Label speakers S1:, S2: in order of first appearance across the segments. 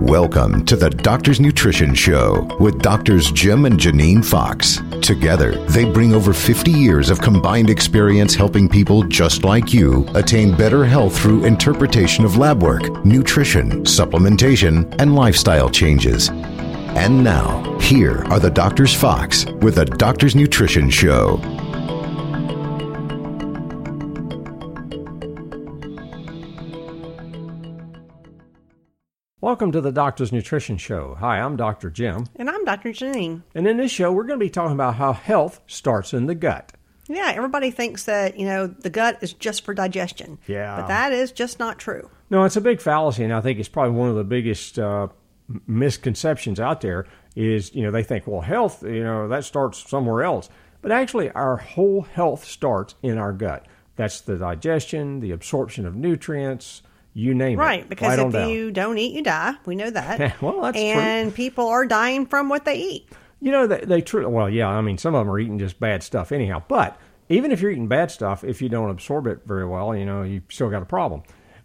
S1: Welcome to the Doctor's Nutrition Show with doctors Jim and Janine Fox. Together, they bring over 50 years of combined experience helping people just like you attain better health through interpretation of lab work, nutrition, supplementation, and lifestyle changes. And now, here are the Doctors Fox with the Doctor's Nutrition Show.
S2: Welcome to the Doctor's Nutrition Show. Hi, I'm Dr. Jim.
S3: And I'm Dr. Janine.
S2: And in this show, we're going to be talking about how health starts in the gut.
S3: Yeah, everybody thinks that, you know, the gut is just for digestion.
S2: Yeah.
S3: But that is just not true.
S2: No, it's a big fallacy, and I think it's probably one of the biggest uh, m- misconceptions out there is, you know, they think, well, health, you know, that starts somewhere else. But actually, our whole health starts in our gut. That's the digestion, the absorption of nutrients, you name it.
S3: Right, because
S2: on
S3: if
S2: down.
S3: you don't eat, you die. We know that.
S2: Well, that's true.
S3: And people are dying from what they eat.
S2: You know, they, they truly, well, yeah, I mean, some of them are eating just bad stuff anyhow. But even if you're eating bad stuff, if you don't absorb it very well, you know, you still got a problem.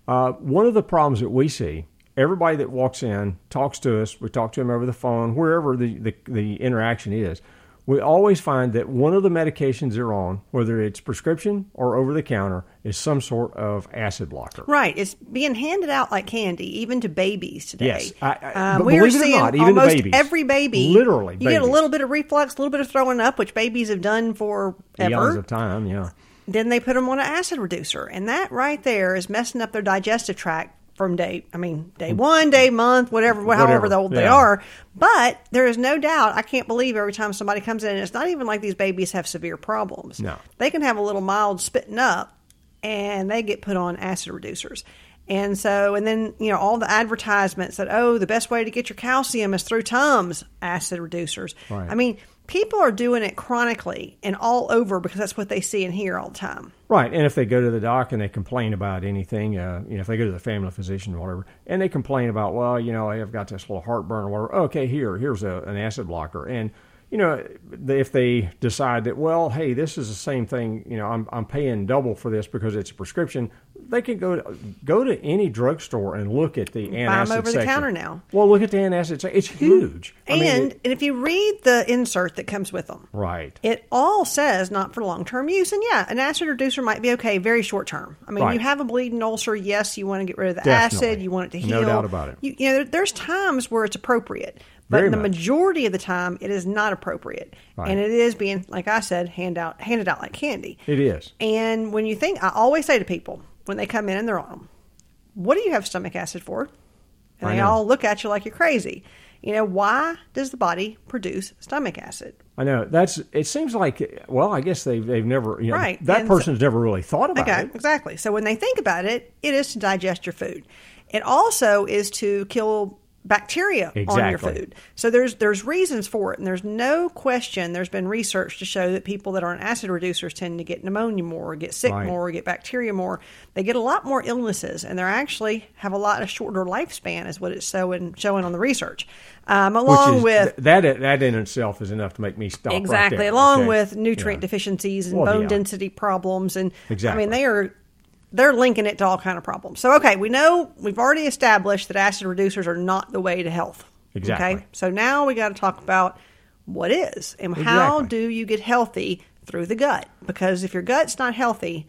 S2: Uh, one of the problems that we see, everybody that walks in talks to us, we talk to them over the phone, wherever the, the, the interaction is, we always find that one of the medications they're on, whether it's prescription or over the counter, is some sort of acid blocker.
S3: Right, it's being handed out like candy, even to babies today. Uh,
S2: Yes, I- I- but
S3: we are
S2: believe it or
S3: seeing
S2: not, even to
S3: almost
S2: babies.
S3: every baby.
S2: Literally,
S3: you get a
S2: babies.
S3: little bit of reflux, a little bit of throwing up, which babies have done forever.
S2: Eons of time, yeah.
S3: then they put them on an acid reducer, and that right there is messing up their digestive tract from day. I mean, day one, day month, whatever,
S2: Mm. Whatever,
S3: however old they
S2: yeah.
S3: are. But there is no doubt. I can't believe every time somebody comes in, and it's not even like these babies have severe problems.
S2: No.
S3: they can have a little mild spitting up, and they get put on acid reducers. And so, and then you know all the advertisements that oh, the best way to get your calcium is through Tums acid reducers.
S2: Right.
S3: I mean, people are doing it chronically and all over because that's what they see and hear all the time.
S2: Right, and if they go to the doc and they complain about anything, uh, you know, if they go to the family physician or whatever, and they complain about, well, you know, I've got this little heartburn or whatever. Okay, here, here's a, an acid blocker, and you know, they- if they decide that, well, hey, this is the same thing, you know, I'm I'm paying double for this because it's a prescription. They can go to, go to any drugstore and look at the antacid
S3: 'em over the
S2: section.
S3: counter now.
S2: Well, look at the antacid. section. It's huge. I
S3: And
S2: mean, it-
S3: and if you read the insert that comes with them,
S2: right.
S3: it all says not for long term use. And yeah, an acid reducer might be okay, very short term. I mean,
S2: Right.
S3: you have a bleeding ulcer, yes, you want to get rid of the acid,
S2: Definitely.
S3: you want it to
S2: No
S3: heal.
S2: doubt about it.
S3: You, you know, there, there's times where it's appropriate, but
S2: Very
S3: the
S2: much.
S3: majority of the time, it is not appropriate,
S2: Right.
S3: and it is being, like I said, hand out handed out like candy.
S2: It is.
S3: And when you think, I always say to people when they come in and they're on 'em, what do you have stomach acid for? And
S2: I
S3: they
S2: know.
S3: all look at you like you're crazy. You know, why does the body produce stomach acid?
S2: I know that's. It seems like well, I guess they've they've never you know,
S3: Right,
S2: That
S3: and so-
S2: person's never really thought about
S3: Okay,
S2: it.
S3: exactly. So when they think about it, it is to digest your food. It also is to kill bacteria on your
S2: Exactly.
S3: food. So there's there's reasons for it, and there's no question. There's been research to show that people that are on acid reducers tend to get pneumonia more, get sick
S2: Right.
S3: more, get bacteria more. They get a lot more illnesses, and they're actually have a lot of shorter lifespan, is what it's showing showing on the research. Um, along
S2: is,
S3: with
S2: th- that. i- That in itself is enough to make me stop. right
S3: Exactly,
S2: there,
S3: along
S2: okay?
S3: with nutrient
S2: Yeah.
S3: deficiencies and
S2: Well,
S3: bone
S2: yeah.
S3: density problems, and I
S2: Exactly.
S3: mean they are they're linking it to all kind of problems. So okay, we know we've already established that acid reducers are not the way to health.
S2: Exactly.
S3: Okay, so now we got to talk about what is and how
S2: Exactly.
S3: do you get healthy through the gut? Because if your gut's not healthy,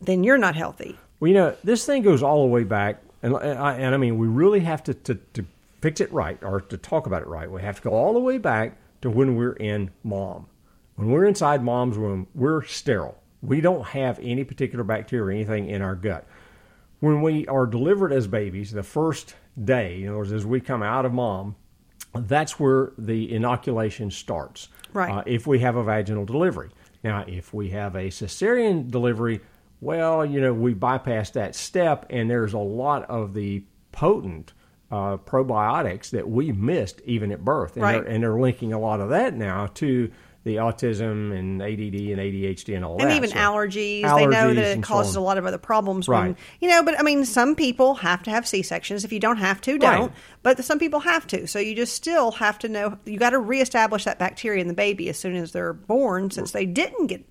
S3: then you're not healthy.
S2: Well, you know, this thing goes all the way back, and and I, and I mean, we really have to, to to fix it right or to talk about it right. We have to go all the way back to when we're in mom. When we're inside mom's womb, we're sterile. We don't have any particular bacteria or anything in our gut. When we are delivered as babies, the first day, in other words, as we come out of mom, that's where the inoculation starts.
S3: Right.
S2: Uh, if we have a vaginal delivery. Now, if we have a cesarean delivery, well, you know, we bypass that step, and there's a lot of the potent uh, probiotics that we missed even at birth. And,
S3: Right.
S2: they're, and they're linking a lot of that now to the autism and ADD and ADHD and all that.
S3: and even
S2: So-
S3: allergies. They know that it
S2: and so
S3: causes
S2: on.
S3: a lot of other problems. When,
S2: Right.
S3: you know, but I mean, some people have to have C sections. If you don't have to, don't. But some people have to. So you just still have to know. You got to reestablish that bacteria in the baby as soon as they're born, since they didn't get.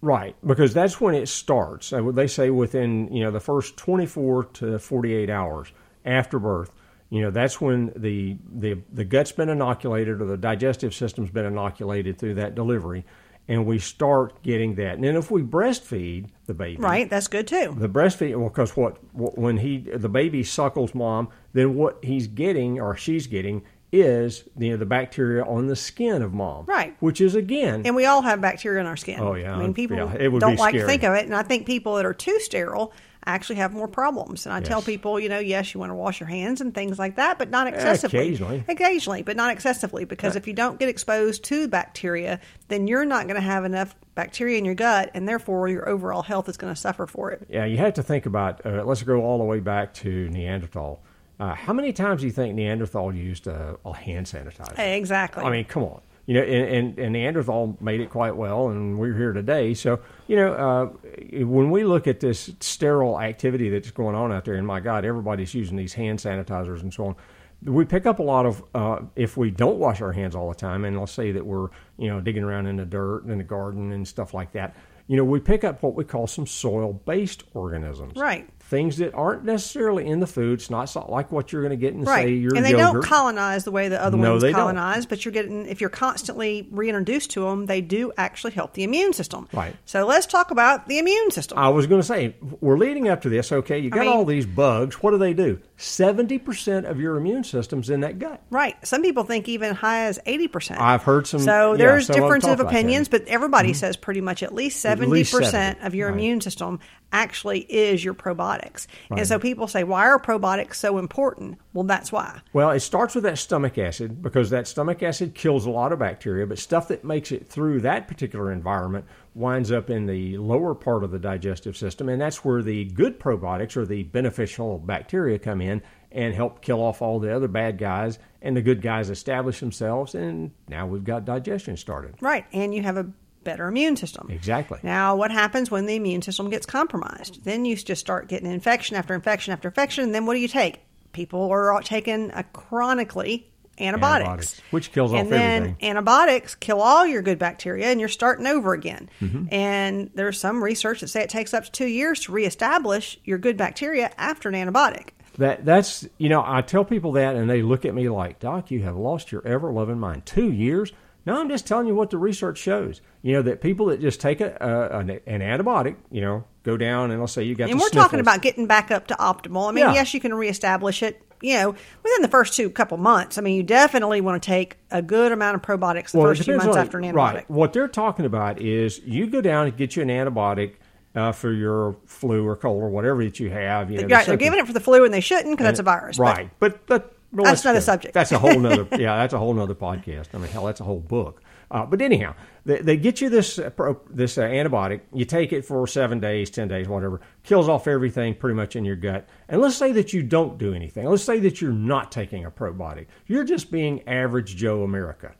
S2: Right, because that's when it starts. Uh, They say within you know the first 24 to 48 hours after birth, you know that's when the the the gut's been inoculated or the digestive system's been inoculated through that delivery, and we start getting that. And then if we breastfeed the baby,
S3: Right, that's good too.
S2: the breastfeed well because what wh- when he the baby suckles mom then what he's getting or she's getting is you know, the bacteria on the skin of mom
S3: Right.
S2: which is again
S3: And we all have bacteria in our skin.
S2: Oh, yeah.
S3: I mean, people
S2: Yeah, it would
S3: don't
S2: be
S3: like to
S2: scary.
S3: think of it, and I think people that are too sterile actually have more problems. And I tell
S2: Yes. Eh,
S3: people, you know, yes, you want to wash your hands and things like that, but not excessively.
S2: occasionally. Eh.
S3: Occasionally, but not excessively, because if you don't get exposed to bacteria, then you're not going to have enough bacteria in your gut, and therefore your overall health is going to suffer for it.
S2: yeah you have to think about uh, let's go all the way back to neanderthal uh, how many times do you think neanderthal used uh, a, a hand sanitizer
S3: Eh, Exactly.
S2: I mean, come on. You know, and, and, and Neanderthal made it quite well, and we're here today. So, you know, uh, when we look at this sterile activity that's going on out there, and my God, everybody's using these hand sanitizers and so on, we pick up a lot of, uh, if we don't wash our hands all the time, and let's say that we're, you know, digging around in the dirt and in the garden and stuff like that, you know, we pick up what we call some soil based organisms.
S3: Right.
S2: Things that aren't necessarily in the food. It's not so- like what you're going to get in,
S3: right.
S2: say, your
S3: and they
S2: yogurt.
S3: don't colonize the way the other
S2: No,
S3: ones
S2: they don't.
S3: colonize, but you're getting if you're constantly reintroduced to them, they do actually help the immune system.
S2: Right.
S3: So let's talk about the immune system.
S2: I was going to say, we're leading up to this. Okay, you got
S3: mean-
S2: all these bugs. What do they do? 70% of your immune system's in that gut.
S3: Right. Some people think even high as 80%.
S2: I've heard some-
S3: So
S2: yeah,
S3: there's
S2: some of them
S3: difference
S2: talk
S3: of
S2: about that. Mm-hmm.
S3: opinions, but everybody says pretty much at least 70%
S2: At least 70,
S3: of your
S2: right.
S3: immune system actually is your probiotics. And so people say, why are probiotics so important? Well, that's why.
S2: Well, it starts with that stomach acid because that stomach acid kills a lot of bacteria, but stuff that makes it through that particular environment winds up in the lower part of the digestive system. And that's where the good probiotics or the beneficial bacteria come in and help kill off all the other bad guys. And the good guys establish themselves. And now we've got digestion started.
S3: Right. And you have a better immune system.
S2: Exactly.
S3: Now, what happens when the immune system gets compromised? Then you just start getting infection after infection after infection. And then what do you take? People are all taking a chronically antibiotics,
S2: Antibiotics, which kills
S3: and
S2: off
S3: then
S2: everything.
S3: Antibiotics kill all your good bacteria, and you're starting over again.
S2: Mm-hmm.
S3: And there's some research that say it takes up to two years to reestablish your good bacteria after an antibiotic.
S2: That that's you know I tell people that and they look at me like Doc, you have lost your ever loving mind. Two years? No, I'm just telling you what the research shows. You know that people that just take a, a an, an antibiotic, you know, go down and let's say you got.
S3: And
S2: the
S3: we're
S2: sniffles.
S3: talking about getting back up to optimal. I mean,
S2: Yeah.
S3: yes, you can reestablish it, you know, within the first two couple months. I mean, you definitely want to take a good amount of probiotics the
S2: Well, it
S3: first few
S2: depends
S3: months
S2: on-
S3: after an antibiotic.
S2: Right. What they're talking about is you go down and get you an antibiotic uh, for your flu or cold or whatever that you have. You know, the
S3: Right, they're
S2: symptoms.
S3: giving it for the flu and they shouldn't because that's a virus. but-
S2: Right. But but, well, let's
S3: That's another
S2: go.
S3: subject.
S2: That's a whole nother yeah, that's a whole nother podcast. I mean, hell, that's a whole book. Uh, but anyhow, they, they get you this uh, pro, this uh, antibiotic. You take it for seven days, ten days, whatever. Kills off everything pretty much in your gut. And let's say that you don't do anything. Let's say that you're not taking a probiotic. You're just being average Joe America.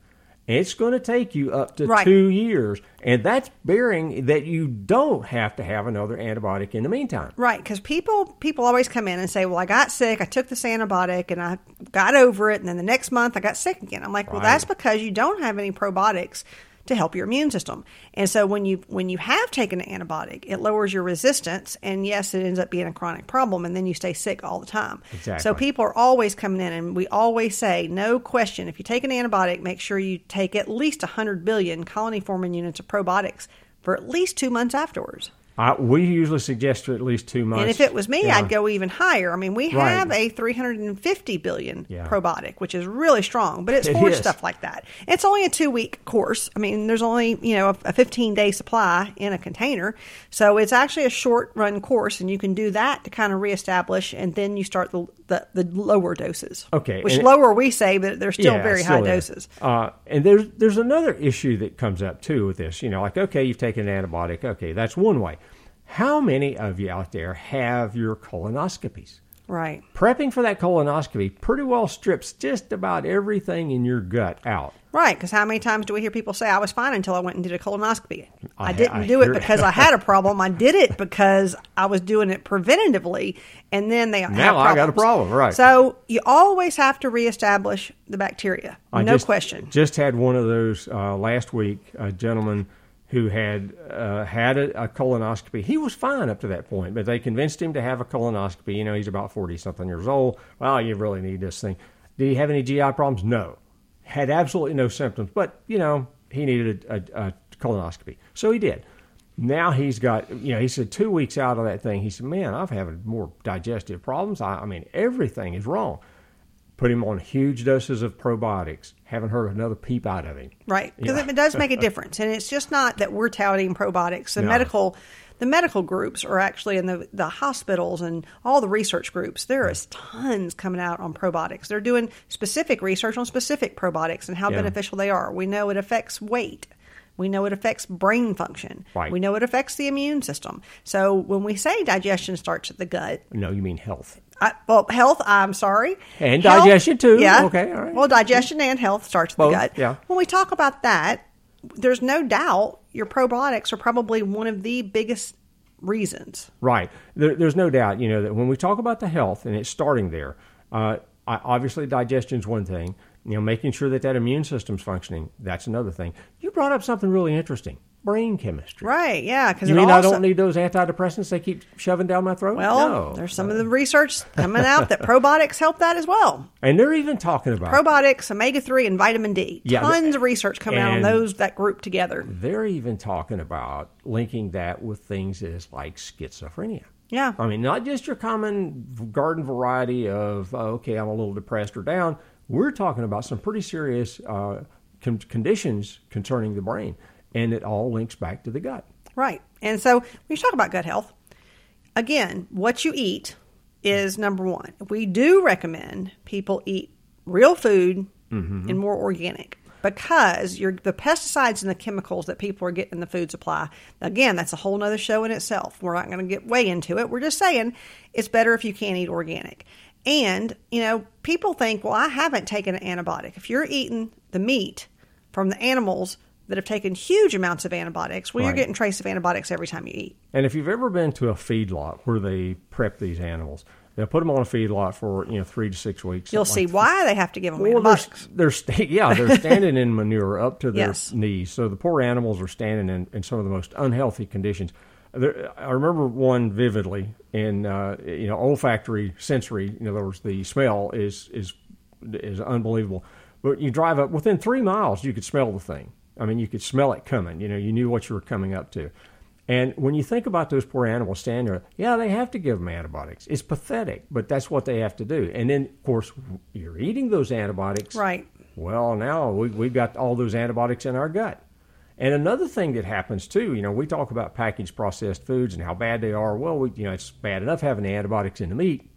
S2: It's going to take you up to
S3: Right.
S2: two years, and that's bearing that you don't have to have another antibiotic in the meantime.
S3: Right, because people people always come in and say, "Well, I got sick. I took this antibiotic and I got over it, and then the next month I got sick again." I'm like, "Well,
S2: Right.
S3: that's because you don't have any probiotics to help your immune system." And so when you when you have taken an antibiotic, it lowers your resistance, and yes, it ends up being a chronic problem, and then you stay sick all the time. So
S2: Exactly.
S3: people are always coming in, and we always say, "No question. If you take an antibiotic, make sure you take at least 100 billion colony forming units of probiotics for at least two months afterwards."
S2: I, we usually suggest at least two months.
S3: And if it was me,
S2: Yeah.
S3: I'd go even higher. I mean, we
S2: Right.
S3: have a 350 billion
S2: Yeah.
S3: probiotic, which is really strong, but it's
S2: It
S3: for
S2: is.
S3: stuff like that. It's only a two week course. I mean, there's only, you know, a, a 15 day supply in a container. So it's actually a short run course, and you can do that to kind of reestablish, and then you start the, the, the lower doses.
S2: Okay,
S3: Which
S2: and it-
S3: lower we say, but they're still
S2: Yeah,
S3: very
S2: it
S3: high
S2: still is.
S3: doses.
S2: Uh, and there's there's another issue that comes up too with this. You know, like okay, you've taken an antibiotic. Okay, that's one way. How many of you out there have your colonoscopies?
S3: Right.
S2: Prepping for that colonoscopy pretty well strips just about everything in your gut out.
S3: Right, because how many times do we hear people say I was fine until I went and did a colonoscopy? I,
S2: I-
S3: didn't
S2: I
S3: do it
S2: hear-
S3: because I had a problem. I did it because I was doing it preventatively, and then they have
S2: Now I got a problem,
S3: problems.
S2: right.
S3: So you always have to reestablish the bacteria,
S2: I
S3: no
S2: just-
S3: question.
S2: Just had one of those uh, last week. A gentleman who had uh, had a, a colonoscopy. He was fine up to that point, but they convinced him to have a colonoscopy. You know, he's about 40 something years old. Well, you really need this thing. Did he have any GI problems? No. Had absolutely no symptoms, but, you know, he needed a, a, a colonoscopy. So he did. Now he's got, you know, he said two weeks out of that thing, he said, man, I've had more digestive problems. I, I mean, everything is wrong. Put him on huge doses of probiotics. Haven't heard another peep out of him.
S3: Right, because
S2: Yeah.
S3: it does make a difference, and it's just not that we're touting probiotics. The
S2: No.
S3: medical, the medical groups are actually in the the hospitals and all the research groups. There is tons coming out on probiotics. They're doing specific research on specific probiotics and how
S2: Yeah.
S3: beneficial they are. We know it affects weight. We know it affects brain function.
S2: Right.
S3: We know it affects the immune system. So when we say digestion starts at the gut,
S2: No, you mean health.
S3: I, well, health. I'm sorry,
S2: And
S3: Health-
S2: digestion, too.
S3: Yeah.
S2: Okay, all right.
S3: Well, digestion and health starts with
S2: Both,
S3: the gut.
S2: yeah.
S3: When we talk about that, there's no doubt your probiotics are probably one of the biggest reasons.
S2: Right. There, there's no doubt, you know, that when we talk about the health and it's starting there, uh, I, obviously digestion's one thing. You know, making sure that that immune system's functioning, that's another thing. You brought up something really interesting brain chemistry.
S3: Right? Yeah. Because
S2: You
S3: it
S2: mean
S3: also,
S2: I don't need those antidepressants they keep shoving down my throat?
S3: Well,
S2: no.
S3: there's some of the research coming out that probiotics help that as well.
S2: and they're even talking about
S3: Probiotics, omega three, and vitamin D.
S2: Yeah,
S3: Tons of research coming out on
S2: and-
S3: those that group together.
S2: they're even talking about linking that with things as like schizophrenia.
S3: Yeah.
S2: I mean, not just your common garden variety of, uh, okay, I'm a little depressed or down. We're talking about some pretty serious uh, con- conditions concerning the brain, and it all links back to the gut.
S3: Right. And so when you talk about gut health, again, what you eat is number one. We do recommend people eat real food and more organic because you're, the pesticides and the chemicals that people are getting in the food supply, again, that's a whole nother show in itself. We're not going to get way into it. We're just saying it's better if you can eat organic. And, you know, people think, well, I haven't taken an antibiotic. If you're eating the meat from the animals that have taken huge amounts of antibiotics, well,
S2: Right.
S3: you're getting trace of antibiotics every time you eat.
S2: And if you've ever been to a feedlot where they prep these animals, they'll put them on a feedlot for you know three to six weeks.
S3: You'll
S2: something
S3: see
S2: like
S3: why they have to give them
S2: Well, they're,
S3: antibiotics.
S2: they're sta- yeah, they're standing in manure up to their
S3: Yes.
S2: knees. So the poor animals are standing in, in some of the most unhealthy conditions. There, I remember one vividly in uh, you know olfactory sensory. In other words, the smell is is is unbelievable. But you drive up within three miles, you could smell the thing. I mean, you could smell it coming. You know, you knew what you were coming up to. And when you think about those poor animals standing there, yeah, they have to give them antibiotics. It's pathetic, but that's what they have to do. And then, of course, you're eating those antibiotics.
S3: Right.
S2: Well, now we, we've got all those antibiotics in our gut. And another thing that happens too, you know, we talk about packaged processed foods and how bad they are. Well, we, you know, it's bad enough having the antibiotics in the meat.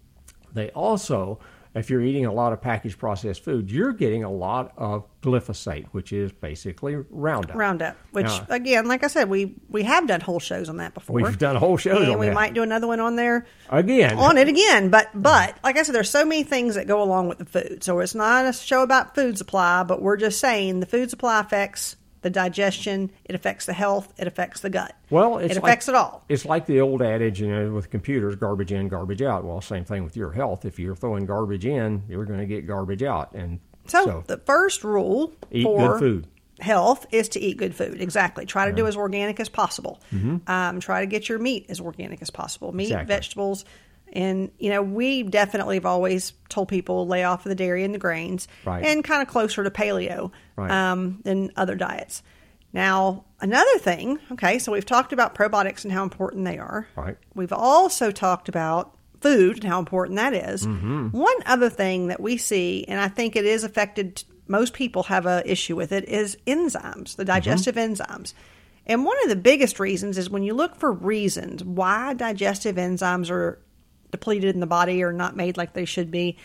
S2: They also, if you're eating a lot of packaged processed food, you're getting a lot of glyphosate, which is basically Roundup.
S3: Roundup, which
S2: Yeah.
S3: again, like I said, we we have done whole shows on that before.
S2: We've done whole shows
S3: and
S2: on
S3: we
S2: that.
S3: might do another one on there
S2: Again.
S3: on it again. But but like I said, there's so many things that go along with the food. So it's not a show about food supply, but we're just saying the food supply affects the digestion, it affects the health, it affects the gut.
S2: Well, it's
S3: it
S2: like-
S3: affects it all.
S2: It's like the old adage, you know, with computers, garbage in, garbage out. Well, same thing with your health. If you're throwing garbage in, you're going to get garbage out. And
S3: So, the first rule
S2: Eat
S3: for
S2: good food.
S3: health is to eat good food. Exactly. Try to do as organic as possible. Um, try to get your meat as organic as possible. Meat,
S2: Mm-hmm. Exactly.
S3: vegetables, and you know we definitely have always told people lay off of the dairy and the grains,
S2: Right.
S3: and kind of closer to paleo
S2: Right.
S3: um, than other diets. Now another thing. Okay, so we've talked about probiotics and how important they are.
S2: Right.
S3: We've also talked about food and how important that is. One other thing that we see, and I think it is affected, most people have a issue with it, is enzymes, the digestive enzymes. And one of the biggest reasons is when you look for reasons why digestive enzymes are depleted in the body or not made like they should be,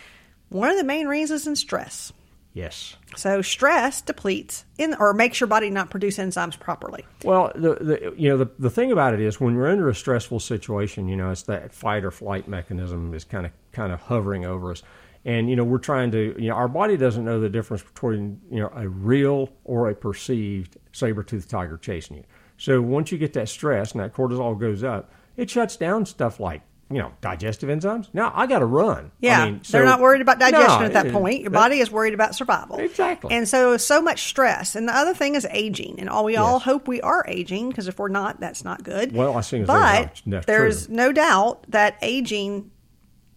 S3: one of the main reasons is stress.
S2: yes.
S3: So stress depletes in or makes your body not produce enzymes properly.
S2: Well, the, the you know the, the thing about it is when we're under a stressful situation, you know, it's that fight or flight mechanism is kind of kind of hovering over us, and you know we're trying to you know our body doesn't know the difference between you know a real or a perceived saber toothed tiger chasing you. So once you get that stress and that cortisol goes up, it shuts down stuff like you know, digestive enzymes. Now I got to run.
S3: Yeah,
S2: I mean,
S3: they're
S2: so-
S3: not worried about digestion
S2: No,
S3: at that
S2: it-
S3: point. Your
S2: that-
S3: body is worried about survival.
S2: Exactly.
S3: And so, so much stress. And the other thing is aging. And all we all hope we are aging because if we're not, that's not good.
S2: Well, I think it's very
S3: but
S2: much- no,
S3: there's
S2: true.
S3: no doubt that aging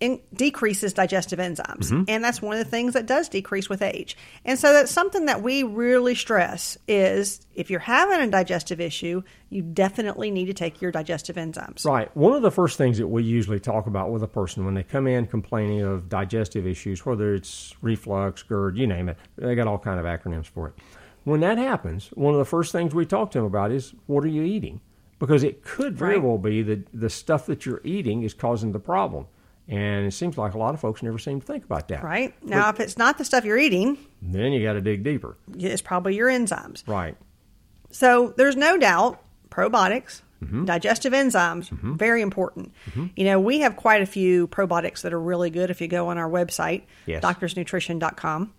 S3: in, decreases digestive enzymes,
S2: Mm-hmm.
S3: and that's one of the things that does decrease with age. And so, that's something that we really stress is if you're having a digestive issue, you definitely need to take your digestive enzymes.
S2: Right. One of the first things that we usually talk about with a person when they come in complaining of digestive issues, whether it's reflux, GERD, you name it, they got all kind of acronyms for it. When that happens, one of the first things we talk to them about is what are you eating? Because it could very
S3: Right.
S2: well be that the stuff that you're eating is causing the problem. And it seems like a lot of folks never seem to think about that.
S3: Right now, if it's not the stuff you're eating,
S2: Then you got to dig deeper.
S3: it's probably your enzymes.
S2: Right.
S3: So there's no doubt probiotics, digestive enzymes, very important. You know, we have quite a few probiotics that are really good if you go on our website,
S2: Yes.
S3: doctorsnutrition.com.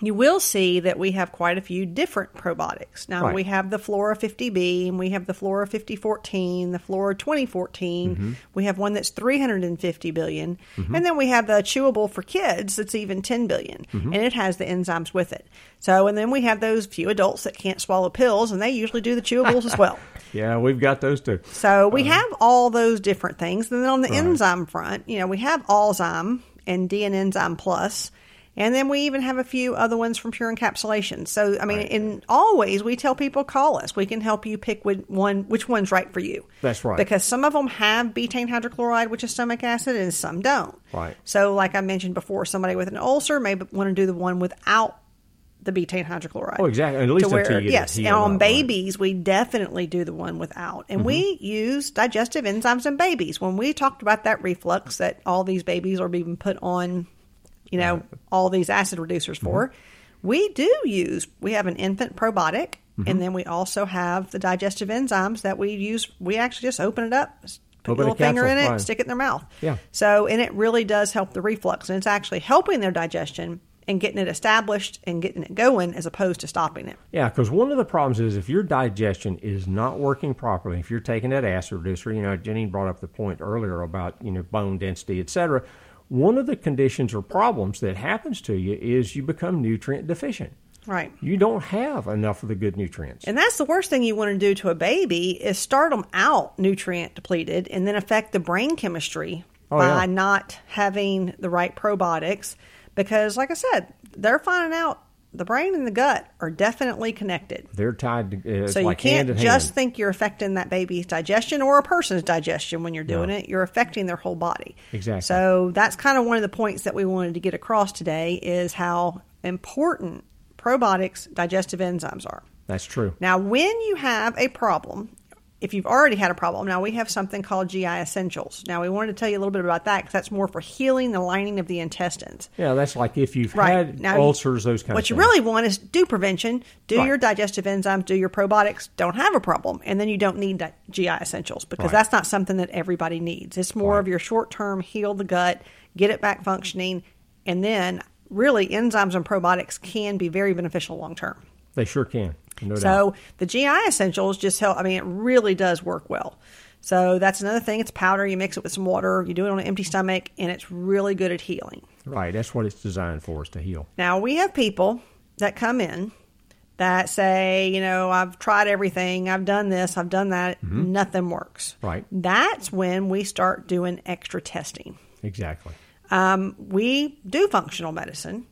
S3: You will see that we have quite a few different probiotics. Now,
S2: Right.
S3: we have the Flora 50B and we have the Flora 5014, the Flora 2014. We have one that's 350 billion. And then we have the chewable for kids that's even 10 billion, and it has the enzymes with it. So, and then we have those few adults that can't swallow pills and they usually do the chewables as well.
S2: Yeah, we've got those too.
S3: So we
S2: Uh-huh.
S3: have all those different things. And then on the enzyme front, you know, we have Alzyme and DN Enzyme Plus, And then we even have a few other ones from Pure Encapsulation. So, I mean, and always we tell people call us. We can help you pick which one, which one's right for you.
S2: That's right.
S3: Because some of them have betaine hydrochloride, which is stomach acid, and some don't.
S2: Right.
S3: So, like I mentioned before, somebody with an ulcer may want to do the one without the betaine hydrochloride.
S2: Oh, exactly. At
S3: To
S2: least
S3: where-
S2: until you get
S3: yes,
S2: it
S3: and
S2: healed
S3: on
S2: up,
S3: baby
S2: right.
S3: babies, we definitely do the one without. And we
S2: Mm-hmm.
S3: use digestive enzymes in babies. When we talked about that reflux that all these babies are being put on, you know, all these acid reducers for,
S2: Mm-hmm.
S3: we do use, we have an infant probiotic. And then we also have the digestive enzymes that we use. We actually just open it up, s- put
S2: Open
S3: a
S2: a
S3: little finger
S2: capsule,
S3: in it,
S2: right.
S3: stick it in their mouth.
S2: Yeah.
S3: So, and it really does help the reflux. And it's actually helping their digestion and getting it established and getting it going as opposed to stopping it.
S2: Yeah, because one of the problems is if your digestion is not working properly, if you're taking that acid reducer, you know, Jenny brought up the point earlier about, you know, bone density, et cetera. One of the conditions or problems that happens to you is you become nutrient deficient.
S3: Right.
S2: You don't have enough of the good nutrients.
S3: And that's the worst thing you want to do to a baby is start them out nutrient depleted and then affect the brain chemistry
S2: Oh,
S3: by
S2: yeah.
S3: not having the right probiotics. Because, like I said, they're finding out the brain and the gut are definitely connected.
S2: They're tied to, uh, it's
S3: So you
S2: like
S3: can't
S2: hand in
S3: just
S2: hand.
S3: think you're affecting that baby's digestion or a person's digestion when you're doing
S2: No.
S3: it. You're affecting their whole body.
S2: Exactly.
S3: So that's kind of one of the points that we wanted to get across today is how important probiotics, digestive enzymes are.
S2: That's true.
S3: Now, when you have a problem, if you've already had a problem, now we have something called GI essentials. Now, we wanted to tell you a little bit about that because that's more for healing the lining of the intestines.
S2: Yeah, that's like if you've had
S3: now,
S2: ulcers, those kind
S3: what
S2: of
S3: you
S2: things.
S3: really want is do prevention, do
S2: Right.
S3: your digestive enzymes, do your probiotics, don't have a problem, and then you don't need di- GI essentials because
S2: Right.
S3: that's not something that everybody needs. It's more of your short term heal the gut, get it back functioning, and then really enzymes and probiotics can be very beneficial long term.
S2: They sure can. No doubt.
S3: So the GI essentials just help. I mean, it really does work well. So that's another thing. It's powder. You mix it with some water. You do it on an empty stomach, and it's really good at healing.
S2: Right. That's what it's designed for, is to heal.
S3: Now we have people that come in that say, you know, I've tried everything. I've done this. I've done that. Nothing works.
S2: Right.
S3: That's when we start doing extra testing.
S2: Exactly.
S3: Um, we do functional medicine.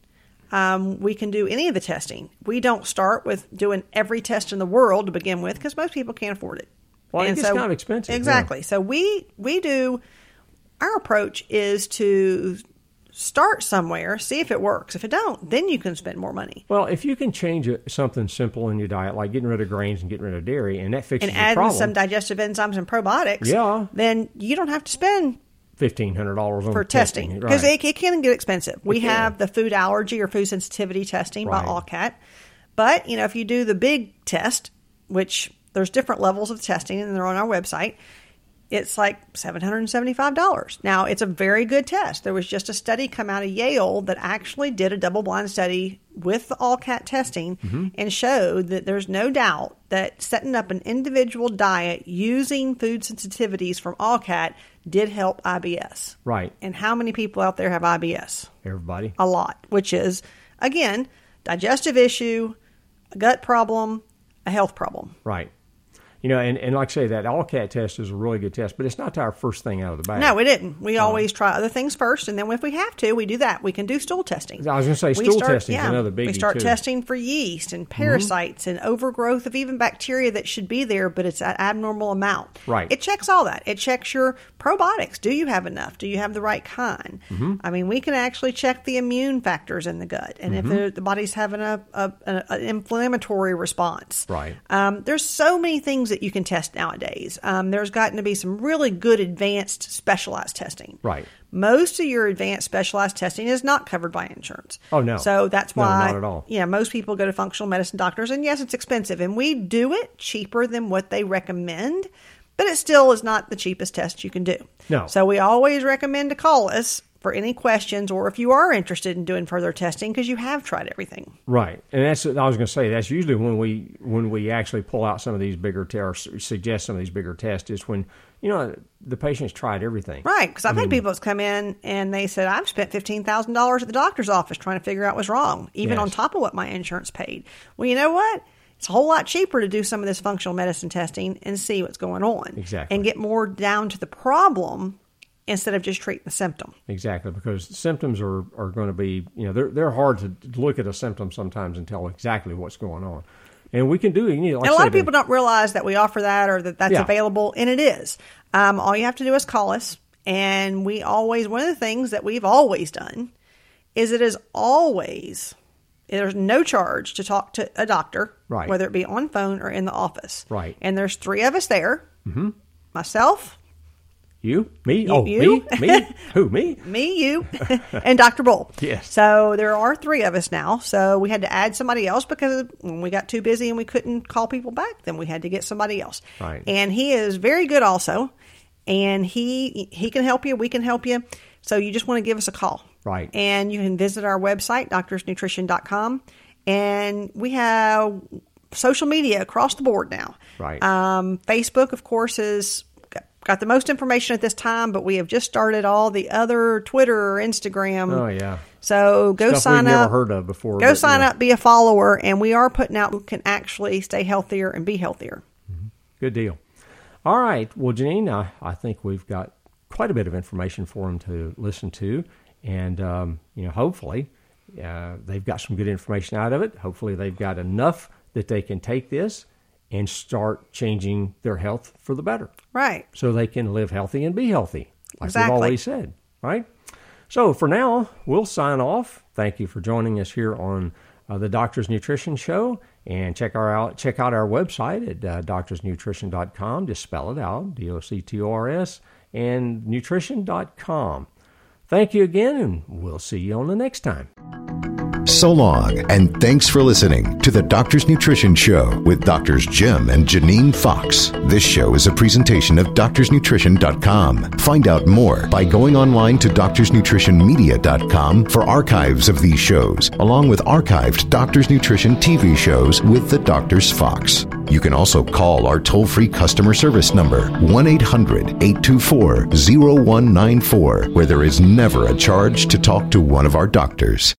S3: Um, we can do any of the testing. We don't start with doing every test in the world to begin with because most people can't afford it.
S2: Well, it gets kind of expensive, yeah.
S3: Exactly. So we we do our approach is to start somewhere, see if it works. If it don't, then you can spend more money.
S2: Well, if you can change it, something simple in your diet, like getting rid of grains and getting rid of dairy, and that fixes
S3: And
S2: your
S3: adding
S2: problem,
S3: some digestive enzymes and probiotics,
S2: Yeah.
S3: then you don't have to spend
S2: fifteen hundred dollars
S3: for testing because
S2: right.
S3: it, it can get expensive. We
S2: can.
S3: have the food allergy or food sensitivity testing
S2: Right.
S3: by AllCat, but you know if you do the big test, which there's different levels of testing and they're on our website, it's like seven hundred and seventy five dollars. Now it's a very good test. There was just a study come out of Yale that actually did a double blind study with the AllCat testing
S2: Mm-hmm.
S3: and showed that there's no doubt that setting up an individual diet using food sensitivities from AllCat did help IBS.
S2: Right.
S3: And how many people out there have IBS?
S2: Everybody.
S3: a lot, which is again, digestive issue, a gut problem, a health problem.
S2: Right. You know, and, and like I say, that all cat test is a really good test, but it's not our first thing out of the bag.
S3: No, we didn't. We always try other things first, and then if we have to, we do that. We can do stool testing.
S2: I was gonna say,
S3: We
S2: stool testing's another
S3: We
S2: biggie,
S3: start
S2: too. Mm-hmm.
S3: testing for yeast and parasites and overgrowth of even bacteria that should be there, but it's an abnormal amount.
S2: Right.
S3: It checks all that. It checks your probiotics. Do you have enough? Do you have the right kind?
S2: Mm-hmm.
S3: I mean, we can actually check the immune factors in the gut, and
S2: Mm-hmm.
S3: if the, the body's having a, a, a- an inflammatory response.
S2: Right.
S3: Um, there's so many things that you can test nowadays. Um, there's gotten to be some really good advanced specialized testing.
S2: Right.
S3: Most of your advanced specialized testing is not covered by insurance.
S2: Oh, no.
S3: So that's
S2: No,
S3: why
S2: not at all.
S3: Yeah, most people go to functional medicine doctors and yes, it's expensive and we do it cheaper than what they recommend, but it still is not the cheapest test you can do.
S2: No.
S3: So we always recommend to call us for any questions or if you are interested in doing further testing because you have tried everything.
S2: Right, and that's I was going to say that's usually when we when we actually pull out some of these bigger tests or su- suggest some of these bigger tests is when you know the patient's tried everything.
S3: Right, because I've had people that's come in and they said, I've spent $15,000 at the doctor's office trying to figure out what's wrong, even
S2: Yes.
S3: on top of what my insurance paid. Well, you know what? It's a whole lot cheaper to do some of this functional medicine testing and see what's going on.
S2: Exactly.
S3: And get more down to the problem instead of just treating the symptom.
S2: Exactly, because symptoms are, are going to be you know they're they're hard to look at a symptom sometimes and tell exactly what's going on, and we can do you know, like I
S3: And a lot
S2: said,
S3: of people don't realize that we offer that or that that's
S2: Yeah.
S3: available, and it is. Um, all you have to do is call us, and we always one of the things that we've always done is it is always there's no charge to talk to a doctor,
S2: Right.
S3: Whether it be on phone or in the office,
S2: Right.
S3: And there's three of us there. Mm-hmm. Myself,
S2: you me oh
S3: you?
S2: me me who me
S3: me, you, and Dr. Bull.
S2: Yes.
S3: So there are three of us now. So we had to add somebody else because when we got too busy and we couldn't call people back, then we had to get somebody else.
S2: Right.
S3: And he is very good also, and he he can help you. We can help you. So you just want to give us a call.
S2: Right.
S3: And you can visit our website, doctorsnutrition.com. And we have social media across the board now.
S2: Right.
S3: Um, Facebook, of course, is got the most information at this time, but we have just started all the other Twitter, Instagram.
S2: oh yeah
S3: So go
S2: stuff
S3: sign
S2: we've
S3: up.
S2: never heard of before
S3: Go
S2: but,
S3: sign
S2: yeah.
S3: up, be a follower, and we are putting out who can actually stay healthier and be healthier.
S2: Good deal. All right. Well, Janine, I, I think we've got quite a bit of information for them to listen to. And, um, you know, hopefully uh, they've got some good information out of it. Hopefully they've got enough that they can take this and start changing their health for the better
S3: Right.
S2: so they can live healthy and be healthy, like
S3: Exactly.
S2: we've always said, right? So for now, we'll sign off. Thank you for joining us here on uh, the Doctor's Nutrition Show, and check our out check out our website at uh, doctorsnutrition.com. Just spell it out, D O C T O R S, and nutrition.com. Thank you again, and we'll see you on the next time.
S1: So long, and thanks for listening to the Doctor's Nutrition Show with Doctors Jim and Janine Fox. This show is a presentation of doctorsnutrition.com. Find out more by going online to doctorsnutritionmedia.com for archives of these shows, along with archived Doctors Nutrition TV shows with the Doctors Fox. You can also call our toll free customer service number, 1 800 824 0194, where there is never a charge to talk to one of our doctors.